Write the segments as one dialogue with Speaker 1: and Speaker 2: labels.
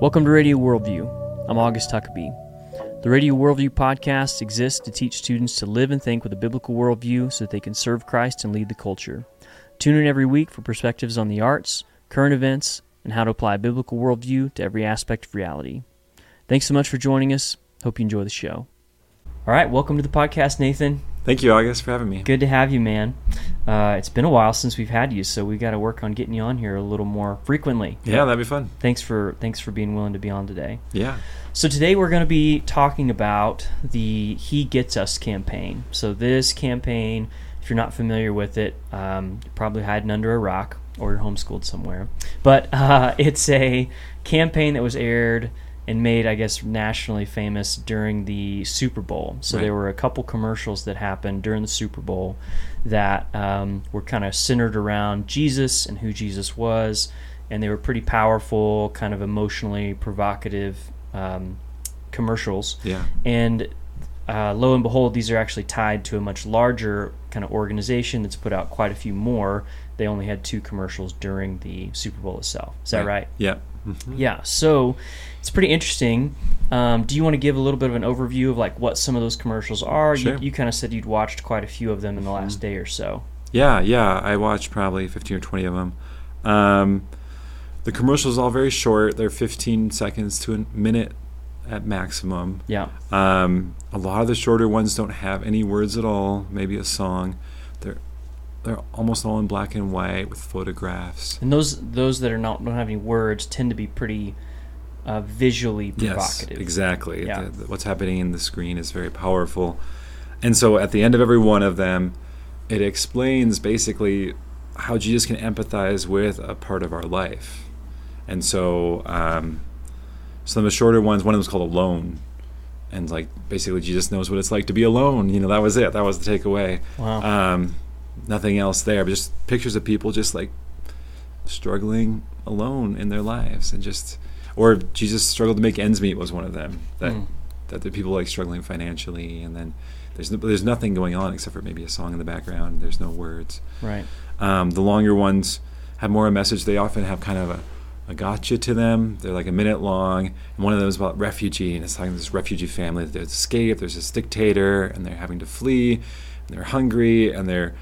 Speaker 1: Welcome to Radio Worldview. I'm August Huckabee. The Radio Worldview podcast exists to teach students to live and think with a biblical worldview so that they can serve Christ and lead the culture. Tune in every week for perspectives on the arts, current events, and how to apply a biblical worldview to every aspect of reality. Thanks so much for joining us. Hope you enjoy the show. All right, welcome to the podcast, Nathan.
Speaker 2: Thank you, August, for having me.
Speaker 1: Good to have you, man. Uh, it's been a while since we've had you, so we got to work on getting you on here a little more frequently.
Speaker 2: Yeah, that'd be fun.
Speaker 1: Thanks for thanks for being willing to be on today.
Speaker 2: Yeah.
Speaker 1: So today we're going to be talking about the He Gets Us campaign. So this campaign, if you're not familiar with it, um, you're probably hiding under a rock or you're homeschooled somewhere. But uh, it's a campaign that was aired and made, I guess, nationally famous during the Super Bowl. So
Speaker 2: Right.
Speaker 1: there were a couple commercials that happened during the Super Bowl that um, were kind of centered around Jesus and who Jesus was, and they were pretty powerful, kind of emotionally provocative um, commercials.
Speaker 2: Yeah.
Speaker 1: And uh, lo and behold, these are actually tied to a much larger kind of organization that's put out quite a few more. They only had two commercials during the Super Bowl itself. Is that right?
Speaker 2: Yeah. Mm-hmm.
Speaker 1: Yeah, so it's pretty interesting. Um, do you want to give a little bit of an overview of like what some of those commercials are?
Speaker 2: Sure. Mm-hmm.
Speaker 1: You, you kind of said you'd watched quite a few of them in the last day or so.
Speaker 2: Yeah, yeah. I watched probably 15 or 20 of them. Um, the commercials all very short. They're 15 seconds to a minute at maximum.
Speaker 1: Yeah,
Speaker 2: Um, a lot of the shorter ones don't have any words at all, maybe a song. They're they're almost all in black and white with photographs.
Speaker 1: and those those that are not don't have any words tend to be pretty uh, visually
Speaker 2: Yes,
Speaker 1: provocative.
Speaker 2: exactly.
Speaker 1: Yeah.
Speaker 2: The- the- what's happening in the screen is very powerful. And so at the end of every one of them, it explains basically how Jesus can empathize with a part of our life. And so um, some of the shorter ones, one of them is called Alone. And like basically, Jesus knows what it's like to be alone. You know, that was it. That was the takeaway.
Speaker 1: Wow.
Speaker 2: Um, nothing else there, but just pictures of people just like struggling alone in their lives and just or Jesus struggled to make ends meet was one of them that
Speaker 1: Mm.
Speaker 2: that the people like struggling financially and then there's no, there's nothing going on except for maybe a song in the background there's no words
Speaker 1: Right.
Speaker 2: um, the longer ones have more a message they often have kind of a, a gotcha to them they're like a minute long and one of them is about refugee and it's talking to this refugee family that they've escaped there's this dictator and they're having to flee and they're hungry and they're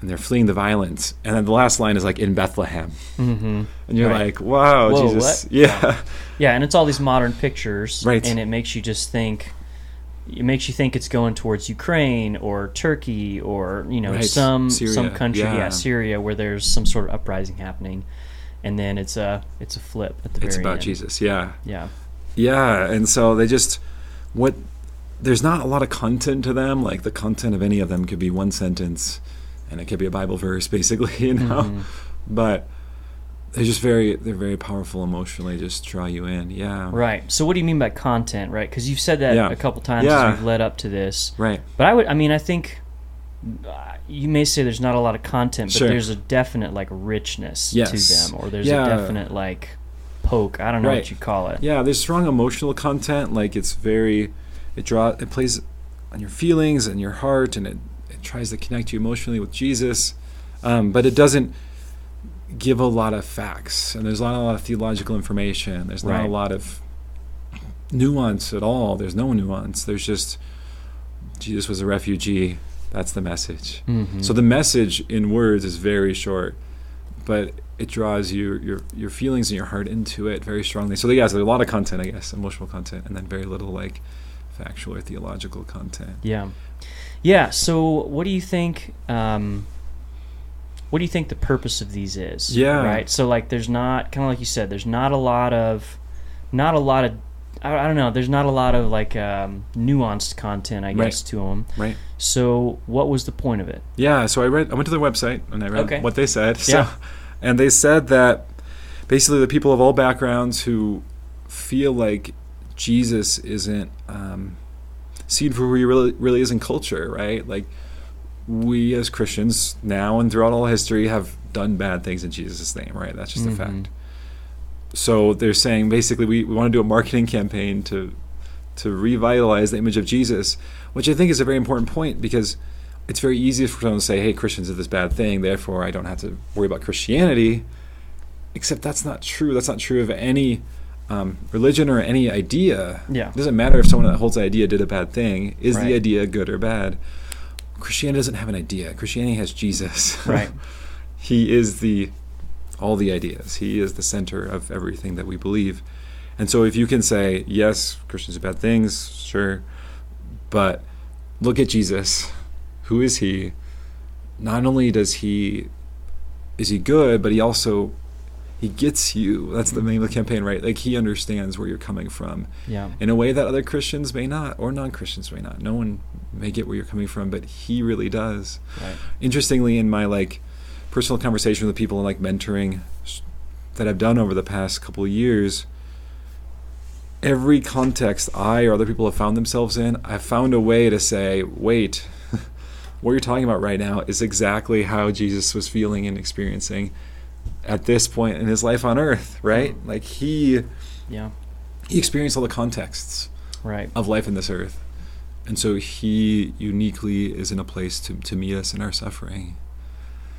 Speaker 2: and they're fleeing the violence and then the last line is like in bethlehem
Speaker 1: hmm
Speaker 2: and you're
Speaker 1: Right.
Speaker 2: like, wow,
Speaker 1: Whoa,
Speaker 2: Jesus.
Speaker 1: what?
Speaker 2: Yeah.
Speaker 1: Yeah, and it's all these modern pictures,
Speaker 2: Right.
Speaker 1: And it makes you just think. It makes you think it's going towards Ukraine or Turkey or you know
Speaker 2: Right,
Speaker 1: some some
Speaker 2: Syria,
Speaker 1: country, yeah.
Speaker 2: yeah.
Speaker 1: Syria, where there's some sort of uprising happening, and then it's a it's a flip at the
Speaker 2: It's
Speaker 1: very
Speaker 2: about
Speaker 1: end.
Speaker 2: Jesus. Yeah.
Speaker 1: Yeah,
Speaker 2: Yeah. And so they just, what, there's not a lot of content to them. Like the content of any of them could be one sentence and it could be a Bible verse, basically, you know? But they're just very, they're very powerful emotionally, just draw you in. Yeah.
Speaker 1: right. So what do you mean by content, right? Because you've said that
Speaker 2: Yeah.
Speaker 1: a couple times
Speaker 2: Yeah.
Speaker 1: as we've led up to this,
Speaker 2: Right.
Speaker 1: but I would, I mean, I think uh, you may say there's not a lot of content, but
Speaker 2: Sure.
Speaker 1: there's a definite like richness
Speaker 2: Yes.
Speaker 1: to them, or there's
Speaker 2: Yeah.
Speaker 1: a definite like poke. I don't know
Speaker 2: Right.
Speaker 1: what you call it.
Speaker 2: Yeah, there's strong emotional content. Like it's very, it draw, it plays on your feelings and your heart, and it, it tries to connect you emotionally with Jesus, um, but it doesn't give a lot of facts. And there's not a lot of theological information. There's not
Speaker 1: Right.
Speaker 2: a lot of nuance at all. There's no nuance. There's just Jesus was a refugee. That's the message.
Speaker 1: Mhm.
Speaker 2: So the message in words is very short, but it draws your your your feelings and your heart into it very strongly. So yeah, so there's a lot of content, I guess, emotional content, and then very little like factual or theological content.
Speaker 1: Yeah, yeah. So, what do you think? Um, what do you think the purpose of these is?
Speaker 2: Yeah.
Speaker 1: Right. So, like, there's not kind of like you said, there's not a lot of, not a lot of, I, I don't know. There's not a lot of like um, nuanced content, I
Speaker 2: Right.
Speaker 1: guess, to 'em. to them.
Speaker 2: Right.
Speaker 1: So, what was the point of it?
Speaker 2: Yeah. So I read. I went to their website and I read
Speaker 1: Okay.
Speaker 2: what they said. So,
Speaker 1: Yeah.
Speaker 2: And they said that basically the people of all backgrounds who feel like Jesus isn't um, seen for who he really really is in culture, right? Like we as Christians now and throughout all history have done bad things in Jesus' name, right? That's just
Speaker 1: Mhm.
Speaker 2: a fact. So they're saying basically we, we want to do a marketing campaign to to revitalize the image of Jesus, which I think is a very important point because it's very easy for someone to say, "Hey, Christians are this bad thing, therefore I don't have to worry about Christianity." Except that's not true. That's not true of any um, religion or any idea.
Speaker 1: Yeah.
Speaker 2: It doesn't matter if someone that holds an idea did a bad thing. Is
Speaker 1: Right.
Speaker 2: the idea good or bad? Christianity doesn't have an idea. Christianity has Jesus.
Speaker 1: Right.
Speaker 2: he is the all the ideas. He is the center of everything that we believe. And so if you can say, yes, Christians do bad things, sure, but look at Jesus. Who is he? Not only does he is he good, but he also he gets you. That's the name of the campaign, right? Like he understands where you're coming from
Speaker 1: Yeah.
Speaker 2: in a way that other Christians may not, or non Christians may not. No one may get where you're coming from, but he really does.
Speaker 1: Right.
Speaker 2: Interestingly, in my like personal conversation with people and like mentoring s- that I've done over the past couple of years, every context I or other people have found themselves in, I've found a way to say, wait, what you're talking about right now is exactly how Jesus was feeling and experiencing at this point in his life on earth, right? Like he
Speaker 1: Yeah.
Speaker 2: he experienced all the contexts
Speaker 1: Right.
Speaker 2: of life in this earth. And so he uniquely is in a place to, to meet us in our suffering.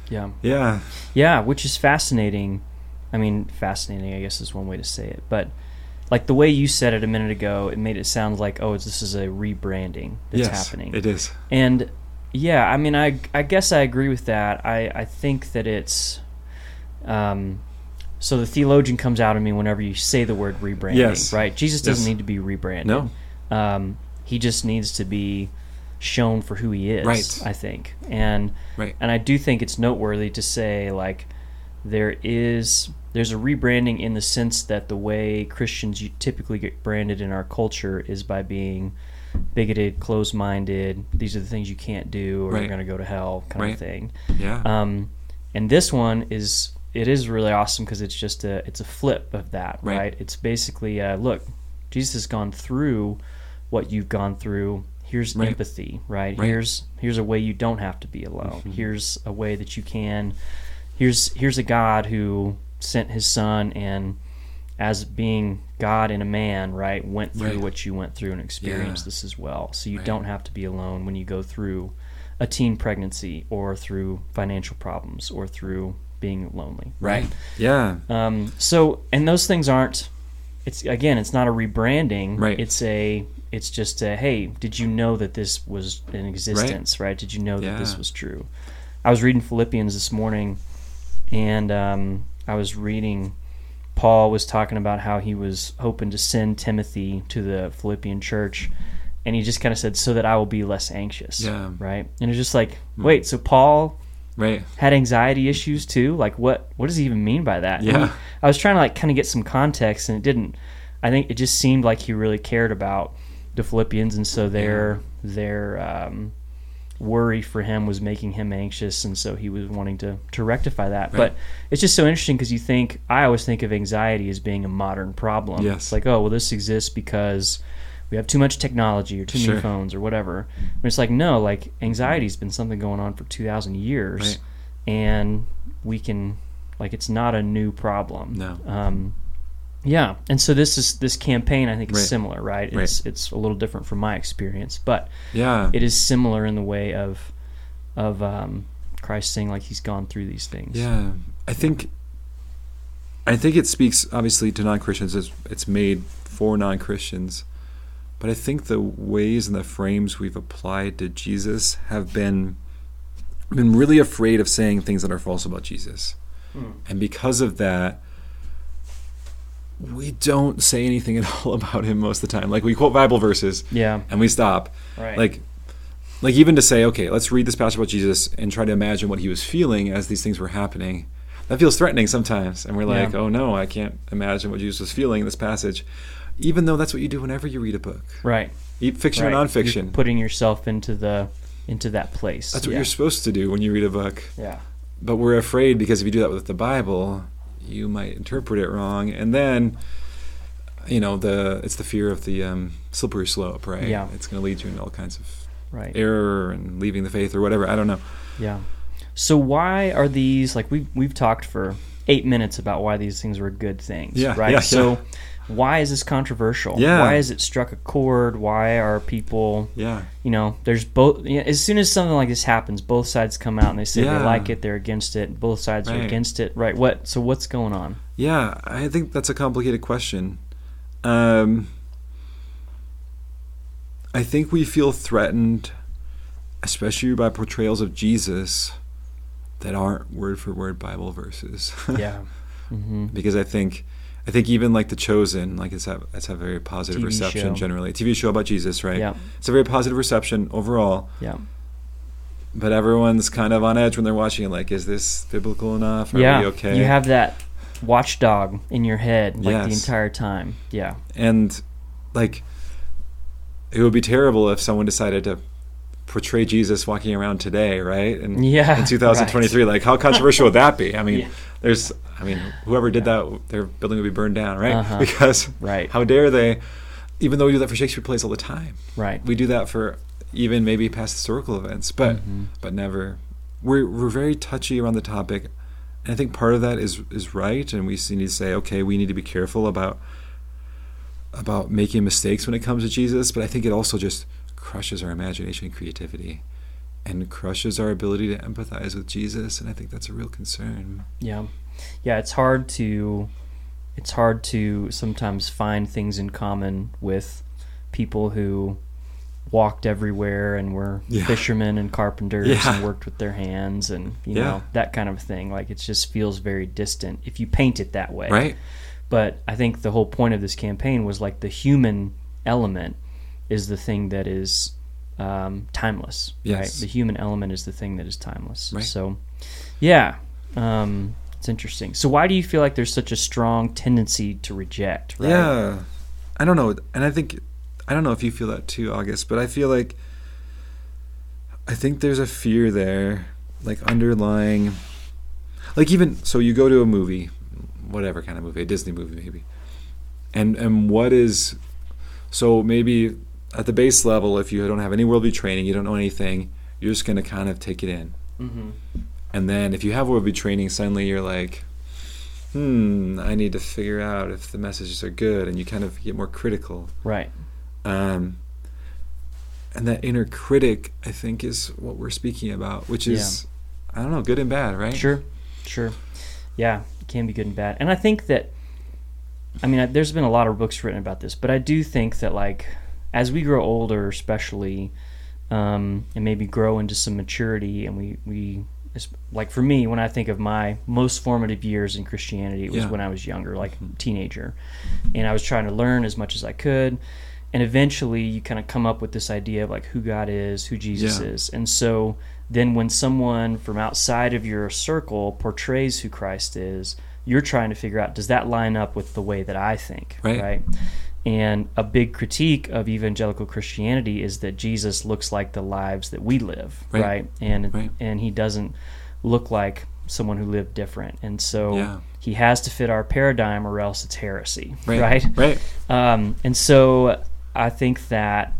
Speaker 1: Yeah.
Speaker 2: Yeah.
Speaker 1: Yeah, which is fascinating. I mean, fascinating, I guess, is one way to say it. But like the way you said it a minute ago, it made it sound like, oh, this is a rebranding that's
Speaker 2: yes,
Speaker 1: happening.
Speaker 2: It is.
Speaker 1: And yeah, I mean, I, I guess I agree with that. I, I think that it's. Um, so the theologian comes out of me whenever you say the word rebranding,
Speaker 2: Yes.
Speaker 1: right? Jesus doesn't
Speaker 2: Yes.
Speaker 1: need to be rebranded.
Speaker 2: No.
Speaker 1: Um, he just needs to be shown for who he is,
Speaker 2: Right.
Speaker 1: I think. And
Speaker 2: Right.
Speaker 1: and I do think it's noteworthy to say like there is there's a rebranding in the sense that the way Christians you typically get branded in our culture is by being bigoted, closed-minded. These are the things you can't do, or you're
Speaker 2: Right.
Speaker 1: going to go to hell, kind
Speaker 2: Right.
Speaker 1: of thing.
Speaker 2: Yeah.
Speaker 1: Um, and this one is it is really awesome because it's just a it's a flip of that, right?
Speaker 2: Right.
Speaker 1: It's basically uh, look, Jesus has gone through what you've gone through. Here's
Speaker 2: Right.
Speaker 1: empathy, right?
Speaker 2: Right. Mm-hmm.
Speaker 1: Here's here's a way you don't have to be alone. Here's a way that you can. Here's here's a God who sent His Son and as being God and a man, right, went through
Speaker 2: Right.
Speaker 1: what you went through and experienced
Speaker 2: Yeah.
Speaker 1: this as well. So you
Speaker 2: Right.
Speaker 1: don't have to be alone when you go through a teen pregnancy or through financial problems or through being lonely.
Speaker 2: right. Yeah.
Speaker 1: Um, so, and those things aren't. It's again, it's not a rebranding.
Speaker 2: Right.
Speaker 1: It's a. It's just a. Hey, did you know that this was in existence? Right. Did you know that this
Speaker 2: Yeah.
Speaker 1: was true? I was reading Philippians this morning, and um, I was reading. Paul was talking about how he was hoping to send Timothy to the Philippian church, and he just kind of said, "So that I will be less anxious."
Speaker 2: Yeah.
Speaker 1: Right. And it's just like, wait, so Paul
Speaker 2: Right.
Speaker 1: had anxiety issues too like what what does he even mean by that And
Speaker 2: Yeah.
Speaker 1: he- i was trying to like kind of get some context and it didn't i think it just seemed like he really cared about the philippians and so their their um, worry for him was making him anxious and so he was wanting to to rectify that but it's just so interesting because you think i always think of anxiety as being a modern problem
Speaker 2: Yes.
Speaker 1: it's like oh well this exists because we have too much technology or too many
Speaker 2: Sure.
Speaker 1: phones or whatever. But it's like no, like anxiety's been something going on for two thousand years,
Speaker 2: Right.
Speaker 1: and we can, like, it's not a new problem.
Speaker 2: No.
Speaker 1: Um, yeah, and so this is this campaign. I think is
Speaker 2: Right.
Speaker 1: similar, right?
Speaker 2: Right.
Speaker 1: It's it's a little different from my experience, but
Speaker 2: Yeah.
Speaker 1: it is similar in the way of of um, Christ saying like he's gone through these things.
Speaker 2: Yeah, I think I think it speaks obviously to non-Christians. It's, it's made for non-Christians, but I think the ways and the frames we've applied to Jesus have been been really afraid of saying things that are false about Jesus, and because of that. We don't say anything at all about him most of the time. Like we quote Bible verses
Speaker 1: Yeah.
Speaker 2: and we stop.
Speaker 1: Right.
Speaker 2: Like like even to say, okay, let's read this passage about Jesus and try to imagine what he was feeling as these things were happening. That feels threatening sometimes, and we're like,
Speaker 1: Yeah.
Speaker 2: oh no, I can't imagine what Jesus was feeling in this passage, even though that's what you do whenever you read a book,
Speaker 1: Right.
Speaker 2: E- fiction
Speaker 1: right.
Speaker 2: or
Speaker 1: You're
Speaker 2: nonfiction.
Speaker 1: putting yourself into the into that place.
Speaker 2: that's what
Speaker 1: yeah.
Speaker 2: you're supposed to do when you read a book.
Speaker 1: yeah.
Speaker 2: But we're afraid because if you do that with the Bible, you might interpret it wrong, and then, you know, the it's the fear of the um, slippery slope, right?
Speaker 1: Yeah.
Speaker 2: it's going to lead you into all kinds of
Speaker 1: Right.
Speaker 2: error and leaving the faith or whatever. I don't know.
Speaker 1: Yeah. So why are these like we've we've talked for eight minutes about why these things were good things,
Speaker 2: Yeah,
Speaker 1: right?
Speaker 2: yeah,
Speaker 1: so
Speaker 2: yeah.
Speaker 1: why is this controversial?
Speaker 2: Yeah.
Speaker 1: Why has it struck a chord? Why are people
Speaker 2: Yeah.
Speaker 1: you know, there's both. You know, as soon as something like this happens, both sides come out and they say they
Speaker 2: Yeah.
Speaker 1: like it, they're against it. Both sides are
Speaker 2: Right.
Speaker 1: against it, right? What? So what's going on?
Speaker 2: Yeah, I think that's a complicated question. Um, I think we feel threatened, especially by portrayals of Jesus that aren't word for word Bible verses.
Speaker 1: Yeah. Mm-hmm.
Speaker 2: because I think I think even like The Chosen, like it's had, it's had very positive
Speaker 1: TV
Speaker 2: reception
Speaker 1: show.
Speaker 2: generally. TV show about Jesus, right?
Speaker 1: Yeah.
Speaker 2: It's a very positive reception overall,
Speaker 1: Yeah.
Speaker 2: but everyone's kind of on edge when they're watching it. Like, is this biblical enough? Are
Speaker 1: yeah.
Speaker 2: we okay?
Speaker 1: You have that watchdog in your head like the
Speaker 2: Yes.
Speaker 1: entire time. Yeah.
Speaker 2: and like, it would be terrible if someone decided to portray Jesus walking around today, right? And
Speaker 1: Yeah,
Speaker 2: in 2023, like how controversial would that be? I mean,
Speaker 1: Yeah.
Speaker 2: there's, I mean, whoever did that, their building would be burned down, right?
Speaker 1: Uh-huh.
Speaker 2: Because
Speaker 1: Right.
Speaker 2: how dare they? Even though we do that for Shakespeare plays all the time,
Speaker 1: Right.
Speaker 2: we do that for even maybe past historical events, but but never. We're we're very touchy around the topic, and I think part of that is is right, and we s- need to say okay, we need to be careful about about making mistakes when it comes to Jesus, but I think it also just crushes our imagination and creativity, and crushes our ability to empathize with Jesus, and I think that's a real concern.
Speaker 1: Yeah. Yeah, it's hard to it's hard to sometimes find things in common with people who walked everywhere and were
Speaker 2: Yeah.
Speaker 1: fishermen and carpenters
Speaker 2: Yeah.
Speaker 1: and worked with their hands and you
Speaker 2: Yeah.
Speaker 1: know that kind of thing like it just feels very distant if you paint it that way
Speaker 2: Right?
Speaker 1: but i think the whole point of this campaign was like the human element is the thing that is um, timeless right
Speaker 2: Yes.
Speaker 1: the human element is the thing that is timeless
Speaker 2: Right.
Speaker 1: so yeah um, it's interesting so why do you feel like there's such a strong tendency to reject right
Speaker 2: Yeah. I don't know. And I think, I don't know if you feel that too, August, but I feel like, I think there's a fear there, like underlying, like even, so you go to a movie, whatever kind of movie, a Disney movie maybe, and, and what is, so maybe at the base level, if you don't have any worldview training, you don't know anything, you're just going to kind of take it in.
Speaker 1: mm-hmm.
Speaker 2: And then if you have worldview training, suddenly you're like, hmm, I need to figure out if the messages are good, and you kind of get more critical.
Speaker 1: right
Speaker 2: Um, and that inner critic, I think, is what we're speaking about, which is, I don't know, good and bad, right?
Speaker 1: Sure, sure. Yeah, it can be good and bad. And I think that, I mean, I- there's been a lot of books written about this, but I do think that, like, as we grow older, especially, um, and maybe grow into some maturity, and we, we, it's- like for me, when I think of my most formative years in Christianity, it was
Speaker 2: Yeah. Mm-hmm.
Speaker 1: when I was younger, like teenager, and I was trying to learn as much as I could. And eventually, you kind of come up with this idea of like who God is, who Jesus
Speaker 2: Yeah.
Speaker 1: is, and so then when someone from outside of your circle portrays who Christ is, you're trying to figure out does that line up with the way that I think,
Speaker 2: Right.
Speaker 1: And a big critique of evangelical Christianity is that Jesus looks like the lives that we live, right?
Speaker 2: Right.
Speaker 1: And
Speaker 2: Right.
Speaker 1: and he doesn't look like someone who lived different, and so
Speaker 2: Yeah.
Speaker 1: he has to fit our paradigm, or else it's heresy,
Speaker 2: Right. Right.
Speaker 1: um, and so I think that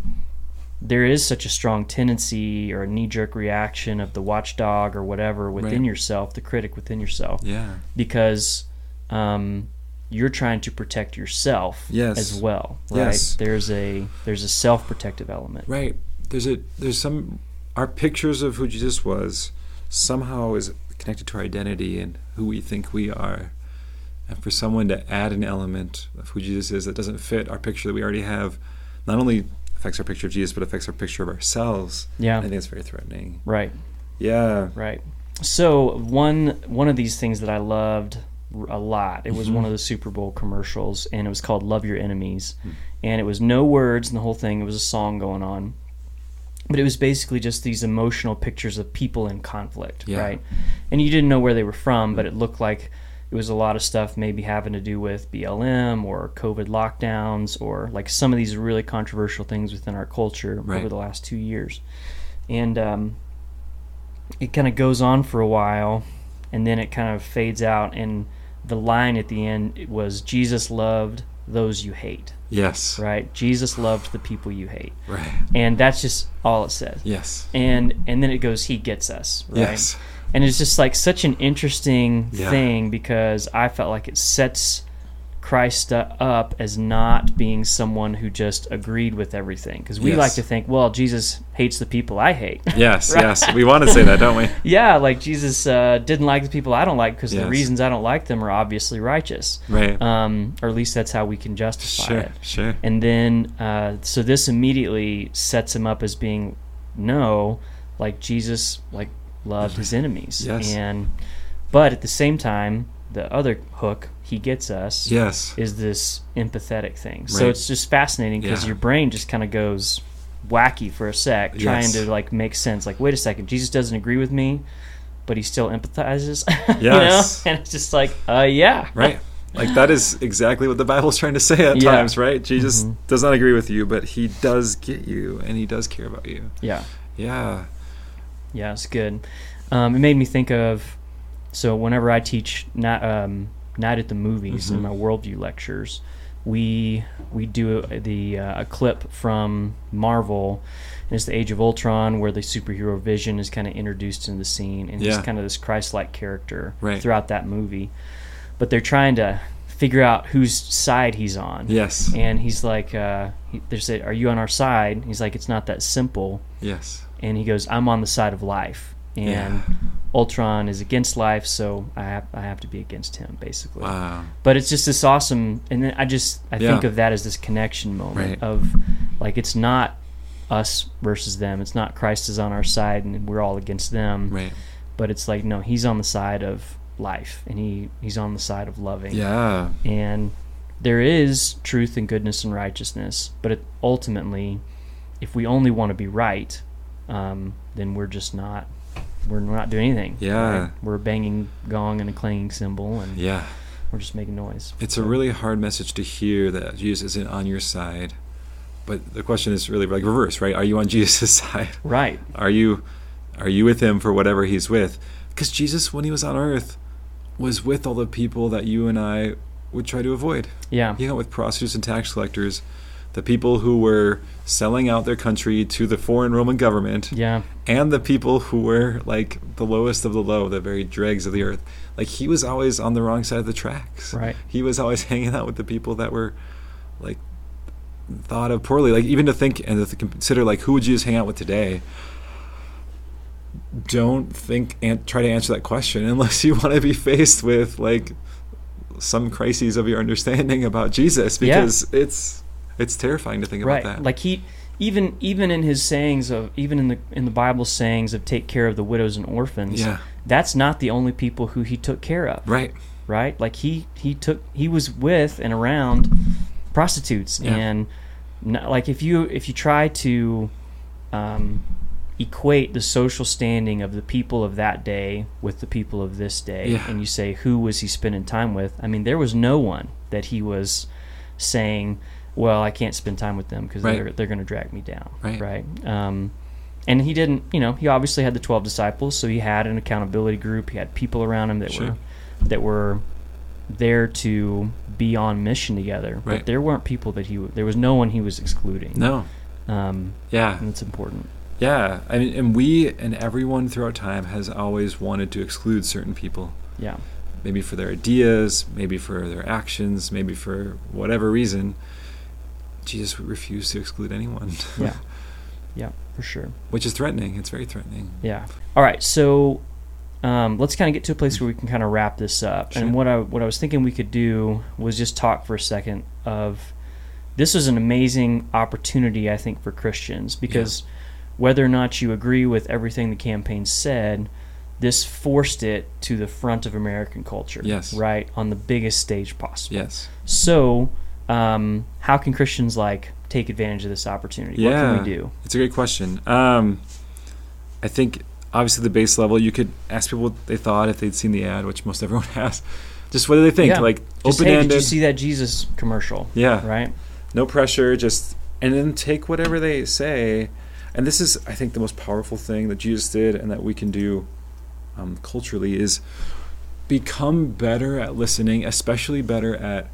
Speaker 1: there is such a strong tendency or a knee jerk reaction of the watchdog or whatever within
Speaker 2: Right.
Speaker 1: yourself, the critic within yourself,
Speaker 2: Yeah.
Speaker 1: because um, you're trying to protect yourself
Speaker 2: Yes.
Speaker 1: as well, right?
Speaker 2: Yes.
Speaker 1: There's a there's a self protective element,
Speaker 2: Right. There's a there's some our pictures of who Jesus was somehow is connected to our identity and who we think we are. And for someone to add an element of who Jesus is that doesn't fit our picture that we already have, not only affects our picture of Jesus, but affects our picture of ourselves.
Speaker 1: Yeah.
Speaker 2: I think it's very threatening.
Speaker 1: right?
Speaker 2: Yeah.
Speaker 1: Right. So one one of these things that I loved r- a lot. It was one of the Super Bowl commercials, and it was called "Love Your Enemies," and it was no words and the whole thing. It was a song going on, but it was basically just these emotional pictures of people in conflict,
Speaker 2: Yeah.
Speaker 1: right? And you didn't know where they were from, but it looked like it was a lot of stuff maybe having to do with BLM or COVID lockdowns or like some of these really controversial things within our culture over
Speaker 2: Right.
Speaker 1: the last two years, and um, it kind of goes on for a while and then it kind of fades out and the line at the end it was jesus loved those you hate
Speaker 2: Yes.
Speaker 1: right jesus loved the people you hate
Speaker 2: Right.
Speaker 1: and that's just all it says
Speaker 2: Yes.
Speaker 1: and and then it goes he gets us right
Speaker 2: Yes.
Speaker 1: and it's just like such an interesting
Speaker 2: Yeah.
Speaker 1: thing because i felt like it sets Christ up as not being someone who just agreed with everything. Because we
Speaker 2: Yes.
Speaker 1: like to think, well, Jesus hates the people I hate.
Speaker 2: Yes, yes. We want to say that, don't we?
Speaker 1: yeah, like Jesus uh, didn't like the people I don't like because the
Speaker 2: Yes.
Speaker 1: reasons I don't like them are obviously righteous.
Speaker 2: Right.
Speaker 1: Um, or at least that's how we can justify
Speaker 2: sure,
Speaker 1: it.
Speaker 2: sure.
Speaker 1: And then, uh, so this immediately sets him up as being no, like Jesus, like loved his enemies.
Speaker 2: Yes.
Speaker 1: And, but at the same time, the other hook he gets us
Speaker 2: Yes.
Speaker 1: is this empathetic thing. So
Speaker 2: Right.
Speaker 1: it's just fascinating because
Speaker 2: Yeah.
Speaker 1: your brain just kind of goes wacky for a sec, trying
Speaker 2: Yes.
Speaker 1: to like make sense. Like, wait a second, Jesus doesn't agree with me, but he still empathizes. you know?
Speaker 2: Yes.
Speaker 1: And it's just like, uh, yeah,
Speaker 2: Right. Like that is exactly what the Bible's trying to say at
Speaker 1: Yeah.
Speaker 2: times, right? Jesus does not agree with you, but he does get you and he does care about you.
Speaker 1: yeah.
Speaker 2: Yeah.
Speaker 1: Yeah, it's good. Um, it made me think of so whenever I teach not um, night at the movies
Speaker 2: Mm-hmm.
Speaker 1: in my worldview lectures, we we do a, the uh, a clip from Marvel, and it's the Age of Ultron where the superhero Vision is kind of introduced in the scene, and he's
Speaker 2: Yeah.
Speaker 1: kind of this Christ-like character
Speaker 2: Right.
Speaker 1: throughout that movie. But they're trying to figure out whose side he's on.
Speaker 2: Yes.
Speaker 1: And he's like, uh, he, they say, "Are you on our side?" And he's like, "It's not that simple."
Speaker 2: Yes.
Speaker 1: and he goes, "I'm on the side of life." And
Speaker 2: Yeah.
Speaker 1: Ultron is against life, so I have, I have to be against him, basically.
Speaker 2: Wow.
Speaker 1: But it's just this awesome, and then I just I
Speaker 2: Yeah.
Speaker 1: think of that as this connection moment
Speaker 2: Right.
Speaker 1: of like it's not us versus them. It's not Christ is on our side and we're all against them.
Speaker 2: Right.
Speaker 1: But it's like no, he's on the side of life, and he he's on the side of loving.
Speaker 2: Yeah.
Speaker 1: And there is truth and goodness and righteousness, but it, ultimately, if we only want to be right, um, then we're just not we're not doing anything.
Speaker 2: Yeah.
Speaker 1: Right? We're a banging gong and a clanging cymbal, and
Speaker 2: Yeah.
Speaker 1: we're just making noise.
Speaker 2: It's a really hard message to hear that Jesus isn't on your side. But the question is really like reverse, right? Are you on Jesus' side?
Speaker 1: Right.
Speaker 2: Are you are you with him for whatever he's with? Because Jesus, when he was on earth, was with all the people that you and I would try to avoid.
Speaker 1: Yeah.
Speaker 2: He hung out with prostitutes and tax collectors, the people who were selling out their country to the foreign Roman government,
Speaker 1: Yeah.
Speaker 2: and the people who were like the lowest of the low, the very dregs of the earth. Like he was always on the wrong side of the tracks.
Speaker 1: Right.
Speaker 2: He was always hanging out with the people that were like thought of poorly. Like even to think and to consider like who would you just hang out with today? Don't think and try to answer that question unless you want to be faced with like some crises of your understanding about Jesus
Speaker 1: Yeah.
Speaker 2: because it's it's terrifying to think
Speaker 1: Right.
Speaker 2: about that.
Speaker 1: Like he. Even even in his sayings of even in the in the Bible sayings of take care of the widows and orphans,
Speaker 2: Yeah.
Speaker 1: that's not the only people who he took care of.
Speaker 2: right.
Speaker 1: right? Like he he took he was with and around prostitutes,
Speaker 2: Yeah.
Speaker 1: and not, like if you if you try to um, equate the social standing of the people of that day with the people of this day,
Speaker 2: Yeah.
Speaker 1: and you say who was he spending time with? I mean, there was no one that he was saying, "Well, I can't spend time with them because
Speaker 2: Right.
Speaker 1: they're they're going to drag me down,"
Speaker 2: Right.
Speaker 1: right? Um, and he didn't, you know, he obviously had the 12 disciples, so he had an accountability group. He had people around him that
Speaker 2: Sure.
Speaker 1: were that were there to be on mission together. But
Speaker 2: Right.
Speaker 1: there weren't people that he w- there was no one he was excluding.
Speaker 2: No.
Speaker 1: Um,
Speaker 2: Yeah.
Speaker 1: and it's important.
Speaker 2: Yeah, I mean, and we and everyone throughout time has always wanted to exclude certain people,
Speaker 1: Yeah.
Speaker 2: maybe for their ideas, maybe for their actions, maybe for whatever reason. Jesus refused to exclude anyone,
Speaker 1: Yeah. yeah, for sure.
Speaker 2: which is threatening. It's very threatening.
Speaker 1: Yeah. All right. So um, let's kind of get to a place where we can kind of wrap this up.
Speaker 2: Sure.
Speaker 1: And what I what I was thinking we could do was just talk for a second of this is an amazing opportunity I think for Christians because whether or not you agree with everything the campaign said, this forced it to the front of American culture.
Speaker 2: Yes.
Speaker 1: Right on the biggest stage possible.
Speaker 2: Yes.
Speaker 1: So. Um, how can Christians like take advantage of this opportunity? What can we
Speaker 2: Yeah.
Speaker 1: do?
Speaker 2: It's a great question. Um, I think obviously the base level, you could ask people what they thought if they'd seen the ad, which most everyone has. Just what do they think?
Speaker 1: Yeah.
Speaker 2: Like
Speaker 1: Just,
Speaker 2: open
Speaker 1: hey,
Speaker 2: ended.
Speaker 1: did you see that Jesus commercial?
Speaker 2: yeah.
Speaker 1: Right.
Speaker 2: no pressure just and then take whatever they say and this is i think the most powerful thing that jesus did and that we can do um, culturally is become better at listening especially better at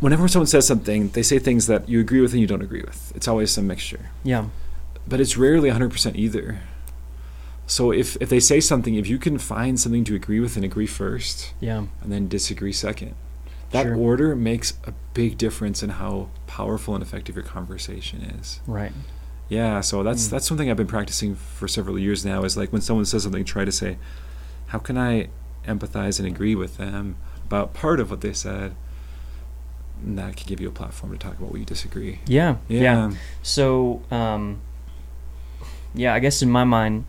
Speaker 2: whenever someone says something they say things that you agree with and you don't agree with it's always some mixture
Speaker 1: Yeah.
Speaker 2: but it's rarely 100% either so if, if they say something if you can find something to agree with and agree first
Speaker 1: Yeah.
Speaker 2: and then disagree second That
Speaker 1: Sure.
Speaker 2: order makes a big difference in how powerful and effective your conversation is.
Speaker 1: Right.
Speaker 2: Yeah, so that's
Speaker 1: Mm.
Speaker 2: that's something I've been practicing for several years now. Is like when someone says something, try to say, "How can I empathize and agree with them about part of what they said?" And that could give you a platform to talk about what you disagree.
Speaker 1: Yeah. Yeah.
Speaker 2: Yeah,
Speaker 1: So, um, yeah, I guess in my mind,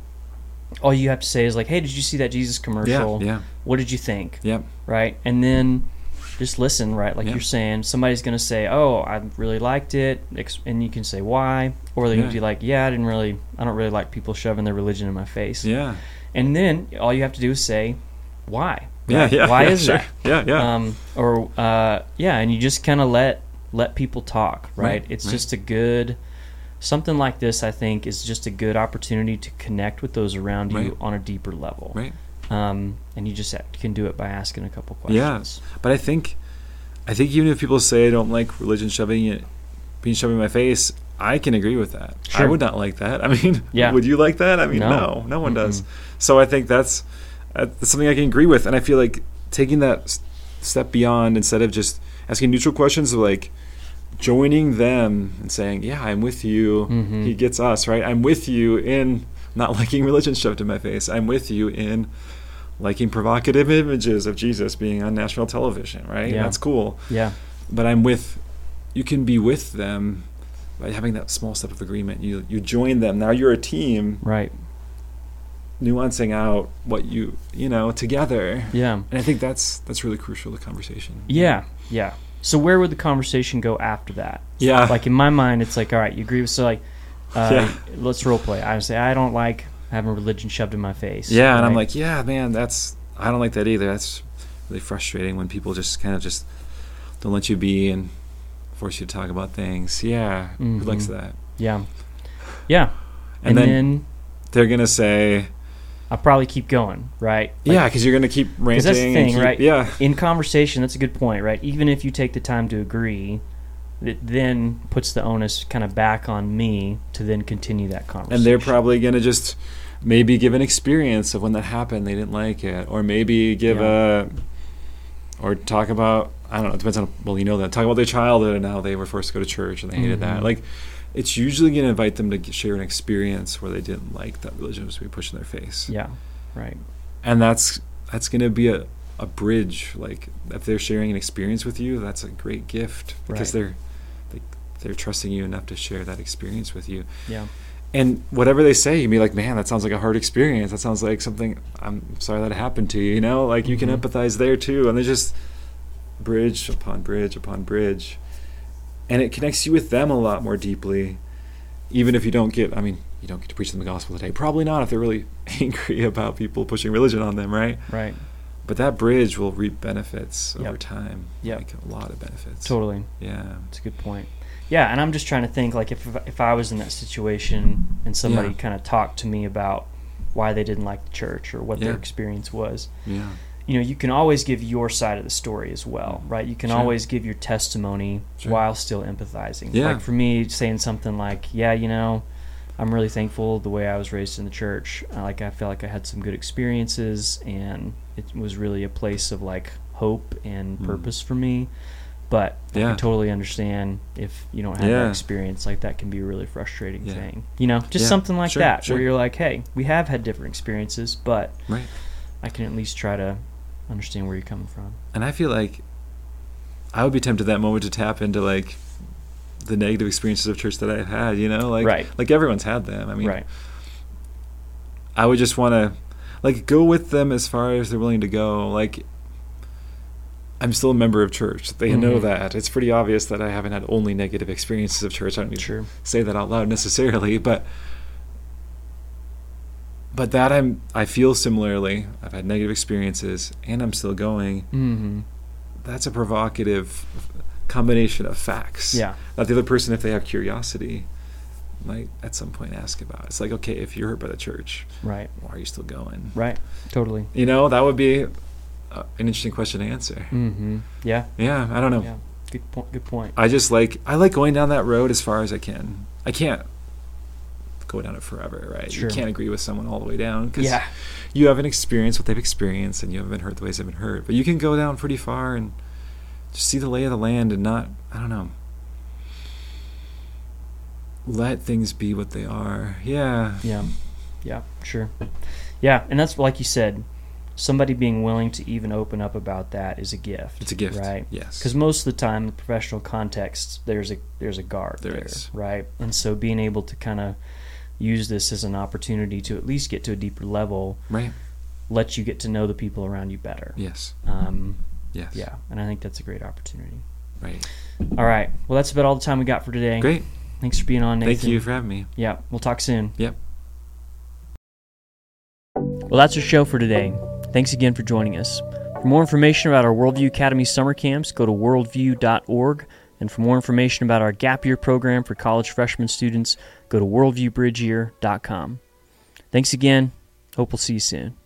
Speaker 1: all you have to say is like, "Hey, did you see that Jesus
Speaker 2: yeah,
Speaker 1: commercial?
Speaker 2: yeah,
Speaker 1: What did you think?"
Speaker 2: Yep.
Speaker 1: Right, and then just listen. Right, like
Speaker 2: Yeah.
Speaker 1: you're saying, somebody's gonna say, "Oh, I really liked it," ex- and you can say why, or they're gonna
Speaker 2: Yeah.
Speaker 1: be like, "Yeah, I didn't really, I don't really like people shoving their religion in my face."
Speaker 2: yeah,
Speaker 1: And then all you have to do is say, "Why?"
Speaker 2: yeah,
Speaker 1: Right?
Speaker 2: yeah.
Speaker 1: Why
Speaker 2: yeah,
Speaker 1: is
Speaker 2: sure.
Speaker 1: that?
Speaker 2: Yeah, yeah,
Speaker 1: um, or uh, yeah, and you just kind of let let people talk, right?
Speaker 2: Right,
Speaker 1: it's
Speaker 2: right.
Speaker 1: just a good something like this. I think is just a good opportunity to connect with those around you
Speaker 2: Right.
Speaker 1: on a deeper level,
Speaker 2: right.
Speaker 1: um, and you just ha- can do it by asking a couple
Speaker 2: Yeah.
Speaker 1: questions.
Speaker 2: But I think, I think even if people say I don't like religion shoving it, being shoved in my face, I can agree with that. I
Speaker 1: Sure.
Speaker 2: would not like that. I mean,
Speaker 1: Yeah.
Speaker 2: would you like that? I mean,
Speaker 1: No.
Speaker 2: no, no, one does. So I think that's, uh, that's something I can agree with, and I feel like taking that s- step beyond instead of just asking neutral questions, like joining them and saying, "Yeah, I'm with you."
Speaker 1: Mhm.
Speaker 2: He gets us right. I'm with you in not liking religion shoved in my face. I'm with you in liking provocative images of Jesus being on national television, right?
Speaker 1: Yeah.
Speaker 2: That's cool.
Speaker 1: Yeah,
Speaker 2: But I'm with you can be with them by having that small step of agreement. You you join them. Now you're a team
Speaker 1: right.
Speaker 2: nuancing out what you you know together.
Speaker 1: Yeah,
Speaker 2: And I think that's that's really crucial to conversation.
Speaker 1: yeah, yeah. So where would the conversation go after that?
Speaker 2: Yeah.
Speaker 1: Like in my mind, it's like, all right, you agree with so like, uh,
Speaker 2: Uh. Yeah.
Speaker 1: let's role play. I say I don't like having religion shoved in my face.
Speaker 2: yeah, and I'm
Speaker 1: right?
Speaker 2: like, yeah, man, that's I don't like that either. That's really frustrating when people just kind of just don't let you be and force you to talk about things. Yeah. Who
Speaker 1: Mhm.
Speaker 2: likes that?
Speaker 1: yeah, yeah. And,
Speaker 2: And then-
Speaker 1: then
Speaker 2: They're going to say
Speaker 1: I'll probably keep going, right?
Speaker 2: Yeah,
Speaker 1: Like,
Speaker 2: yeah, because you're gonna keep ranting.
Speaker 1: that's the
Speaker 2: and
Speaker 1: thing,
Speaker 2: keep-
Speaker 1: right?
Speaker 2: Yeah,
Speaker 1: In conversation, that's a good point, right? Even if you take the time to agree, it then puts the onus kind of back on me to then continue that conversation.
Speaker 2: and they're probably gonna just maybe give an experience of when that happened. They didn't like it, or maybe give a, or talk about I don't know. It depends on well, you know that talk about their childhood and how they were forced to go to church and they hated
Speaker 1: Mhm.
Speaker 2: that. Like, it's usually gonna invite them to g- share an experience where they didn't like that religion was being pushed in their face,
Speaker 1: yeah, right,
Speaker 2: and that's that's gonna be a a bridge. Like if they're sharing an experience with you, that's a great gift because
Speaker 1: Right.
Speaker 2: they're they, they're trusting you enough to share that experience with you.
Speaker 1: yeah,
Speaker 2: and whatever they say, you be like, man, that sounds like a hard experience. That sounds like something. I'm sorry that happened to you. You know, like you
Speaker 1: Mhm.
Speaker 2: can empathize there too, and they just bridge upon bridge upon bridge, and it connects you with them a lot more deeply. Even if you don't get, I mean, you don't get to preach them the gospel today. Probably not if they're really angry about people pushing religion on them, right?
Speaker 1: right,
Speaker 2: But that bridge will reap benefits
Speaker 1: Yep.
Speaker 2: over time.
Speaker 1: Yep.
Speaker 2: like a lot of benefits.
Speaker 1: totally.
Speaker 2: Yeah.
Speaker 1: That's a good point. Yeah, and I'm just trying to think like if if I was in that situation and somebody
Speaker 2: Yeah.
Speaker 1: kind of talked to me about why they didn't like the church or what their
Speaker 2: Yeah.
Speaker 1: experience was,
Speaker 2: Yeah.
Speaker 1: you know, you can always give your side of the story as well, right? You can
Speaker 2: Mm. Sure.
Speaker 1: always give your testimony
Speaker 2: Sure.
Speaker 1: while still empathizing.
Speaker 2: Yeah.
Speaker 1: Like for me, saying something like, "Yeah, you know, I'm really thankful the way I was raised in the church. I- Like I feel like I had some good experiences, and it was really a place of like hope and
Speaker 2: Mm.
Speaker 1: purpose for me." But I
Speaker 2: Yeah.
Speaker 1: can totally understand if you don't have that
Speaker 2: Yeah.
Speaker 1: experience. Like that can be a really frustrating
Speaker 2: Yeah.
Speaker 1: thing. You know, just
Speaker 2: Yeah.
Speaker 1: something like
Speaker 2: Sure,
Speaker 1: that
Speaker 2: sure.
Speaker 1: where you're like, "Hey, we have had different experiences, but
Speaker 2: Right.
Speaker 1: I can at least try to." Understand where you're coming from.
Speaker 2: And I feel like I would be tempted that moment to tap into like the negative experiences of church that I've had, you know, like
Speaker 1: Right.
Speaker 2: like everyone's had them. I mean,
Speaker 1: right.
Speaker 2: I would just want to like go with them as far as they're willing to go. Like I'm still a member of church. They know
Speaker 1: Mhm.
Speaker 2: that. It's pretty obvious that I haven't had only negative experiences of church. I don't need
Speaker 1: Sure.
Speaker 2: to say that out loud necessarily, but but that I'm I feel similarly. I've had negative experiences and I'm still going.
Speaker 1: Mm-hmm.
Speaker 2: that's a provocative combination of facts
Speaker 1: Yeah.
Speaker 2: that the other person if they have curiosity might at some point ask about it's like okay if you're hurt by the church
Speaker 1: Right.
Speaker 2: why are you still going
Speaker 1: Right. Totally.
Speaker 2: you know that would be uh, an interesting question to answer
Speaker 1: Mm-hmm. Yeah.
Speaker 2: yeah i don't know
Speaker 1: Yeah. Good point. Good point.
Speaker 2: i just like i like going down that road as far as i can i can't go down it forever right
Speaker 1: Sure.
Speaker 2: you can't agree with someone all the way down because
Speaker 1: Yeah.
Speaker 2: you haven't experienced what they've experienced and you haven't been hurt the ways they've been hurt but you can go down pretty far and just see the lay of the land and not, I don't know, let things be what they are. Yeah.
Speaker 1: Yeah. Yeah, sure. Yeah, and that's like you said, somebody being willing to even open up about that is a gift.
Speaker 2: It's a gift.
Speaker 1: Right.
Speaker 2: Yes.
Speaker 1: Because most of the time, in professional context, there's a there's a guard
Speaker 2: There
Speaker 1: there,
Speaker 2: is.
Speaker 1: right? And so being able to kind of use this as an opportunity to at least get to a deeper level,
Speaker 2: Right.
Speaker 1: lets you get to know the people around you better.
Speaker 2: Yes.
Speaker 1: Um,
Speaker 2: Yes.
Speaker 1: yeah, and I think that's a great opportunity.
Speaker 2: Right.
Speaker 1: All right, well, that's about all the time we got for today.
Speaker 2: Great.
Speaker 1: Thanks for being on, Nathan.
Speaker 2: Thank you for having me.
Speaker 1: Yeah, we'll talk soon.
Speaker 2: Yep.
Speaker 1: Well, that's our show for today. Thanks again for joining us. For more information about our Worldview Academy summer camps, go to worldview.org. And for more information about our gap year program for college freshman students, go to worldviewbridgeyear.com. Thanks again. Hope we'll see you soon.